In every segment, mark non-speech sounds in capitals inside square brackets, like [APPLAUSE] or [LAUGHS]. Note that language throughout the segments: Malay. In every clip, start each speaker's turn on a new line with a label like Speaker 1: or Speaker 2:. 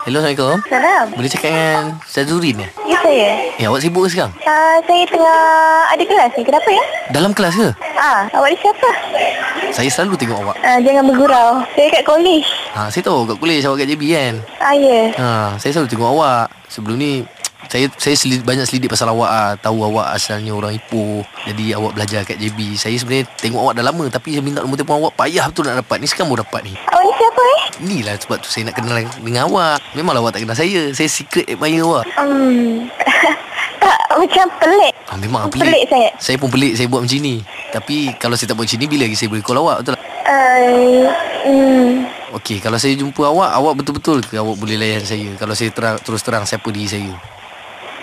Speaker 1: Hello, Assalamualaikum.
Speaker 2: Salam.
Speaker 1: Boleh cakap dengan Ustaz Zurin ya?
Speaker 2: Ya saya.
Speaker 1: Eh, awak sibuk ke sekarang?
Speaker 2: Uh, saya tengah ada kelas ni. Kenapa ya?
Speaker 1: Dalam kelas ke?
Speaker 2: Ah, awak ni siapa?
Speaker 1: Saya selalu tengok awak.
Speaker 2: Ah, jangan bergurau. Saya kat kolej.
Speaker 1: Ha, saya tahu kat kuliah awak kat JB kan?
Speaker 2: Ah, ya.
Speaker 1: Ha, saya selalu tengok awak. Sebelum ni, saya saya selidik, banyak selidik pasal awak ah. Tahu awak asalnya orang Ipoh. Jadi awak belajar kat JB. Saya sebenarnya tengok awak dah lama tapi saya minta nombor telefon awak payah betul nak dapat. Ni sekarang baru dapat ni.
Speaker 2: Awak ni siapa eh?
Speaker 1: Inilah sebab tu saya nak kenal dengan awak. Memanglah awak tak kenal saya. Saya secret admirer awak.
Speaker 2: Hmm. [LAUGHS] tak, macam pelik.
Speaker 1: Ha, memang pelik.
Speaker 2: Pelik saya.
Speaker 1: Saya pun pelik saya buat macam ni. Tapi kalau saya tak buat macam ni bila lagi saya boleh call awak betul tak?
Speaker 2: Uh, hmm.
Speaker 1: Okey, kalau saya jumpa awak, awak betul-betul ke awak boleh layan saya? Kalau saya terang, terus terang siapa diri saya?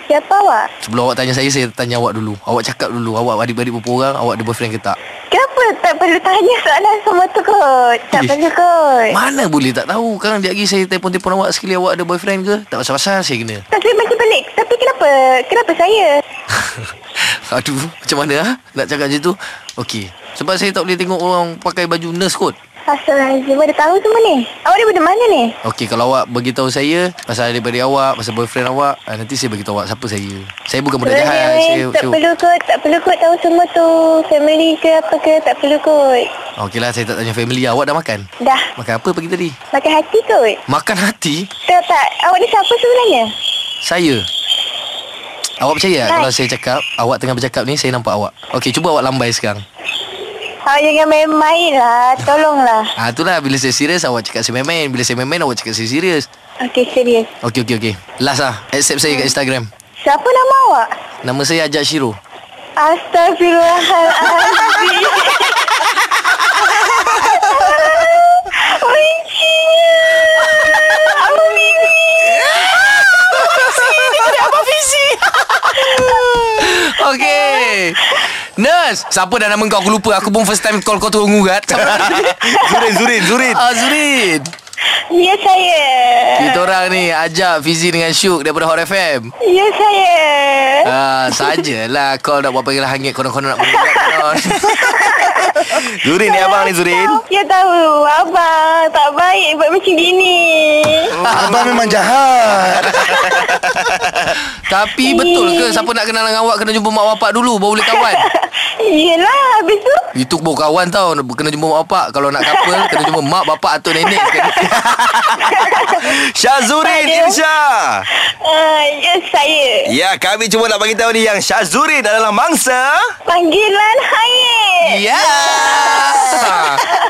Speaker 2: Siapa awak?
Speaker 1: Sebelum awak tanya saya, saya tanya awak dulu. Awak cakap dulu, awak adik-beradik berapa orang, awak ada boyfriend ke tak?
Speaker 2: Kenapa tak perlu tanya soalan semua tu kot? Tak
Speaker 1: Ish.
Speaker 2: perlu kot.
Speaker 1: Mana boleh tak tahu. Kan dia lagi saya telefon-telefon awak sekali awak ada boyfriend ke? Tak pasal-pasal saya kena. [LAUGHS]
Speaker 2: Tapi macam pelik. Tapi kenapa? Kenapa saya?
Speaker 1: Aduh, macam mana ha? Nak cakap macam tu? Okey. Sebab saya tak boleh tengok orang pakai baju nurse kot.
Speaker 2: Astaghfirullahaladzim. Awak dah tahu semua ni? Awak daripada mana ni?
Speaker 1: Okey, kalau awak beritahu saya pasal adik-beradik awak, pasal boyfriend awak, ah, nanti saya beritahu awak siapa saya. Saya bukan budak jahat. Saya,
Speaker 2: Sebenarnya, tak
Speaker 1: saya
Speaker 2: perlu kot Tak perlu kot tahu semua tu Family ke apa ke Tak perlu kot
Speaker 1: Okeylah, saya tak tanya family awak dah makan.
Speaker 2: Dah
Speaker 1: Makan apa pagi tadi?
Speaker 2: Makan hati kot
Speaker 1: Makan hati
Speaker 2: Tak tak Awak ni siapa sebenarnya?
Speaker 1: saya. Awak percaya tak
Speaker 2: Hai.
Speaker 1: kalau saya cakap, awak tengah bercakap ni saya nampak awak. Okey, cuba awak lambai sekarang.
Speaker 2: Awak jangan main-main lah Tolonglah
Speaker 1: Ah itulah bila saya serius awak cakap saya main-main, bila saya main-main awak cakap saya serius.
Speaker 2: Okey serius
Speaker 1: Okey okey okey. Last lah, accept saya kat Instagram.
Speaker 2: Siapa nama awak?
Speaker 1: Nama saya Ajak Shiro.
Speaker 2: Astagfirullahaladzim Bencinya Apa bini
Speaker 1: Apa visi? [LAUGHS] Okey. Nurse, siapa dah nama kau? Aku lupa. Aku pun first time call kau tu ngurat.
Speaker 3: [LAUGHS] Zurin, Zurin, Zurin.
Speaker 1: Azrin.
Speaker 2: Ya saya
Speaker 1: Kita orang ni ajak Fizi dengan Syuk daripada Hot FM.
Speaker 2: Ya saya
Speaker 1: Ah, sajalah kau nak buat panggilan hangit konon-konon nak mengugat konon.
Speaker 3: [LAUGHS] Zurin ni abang ni Zurin.
Speaker 2: Ya tahu Abang tak baik buat macam gini
Speaker 3: Oh.
Speaker 4: Abang memang jahat
Speaker 1: [LAUGHS] Tapi betul ke siapa nak kenal dengan awak kena jumpa mak bapak dulu baru boleh kawan?
Speaker 2: Yelah habis tu
Speaker 1: Itu baru kawan tau Kena jumpa mak bapak Kalau nak couple Kena jumpa mak bapak atau nenek
Speaker 3: [LAUGHS]
Speaker 1: sekali.
Speaker 3: Syazurin
Speaker 2: Ada.
Speaker 3: Insya.
Speaker 2: uh, Ya saya
Speaker 3: Ya, kami cuma nak bagi tahu ni yang Syazurin adalah mangsa.
Speaker 1: Ya.
Speaker 3: Ya.
Speaker 2: Panggilan Hayek
Speaker 1: [LAUGHS] Yeah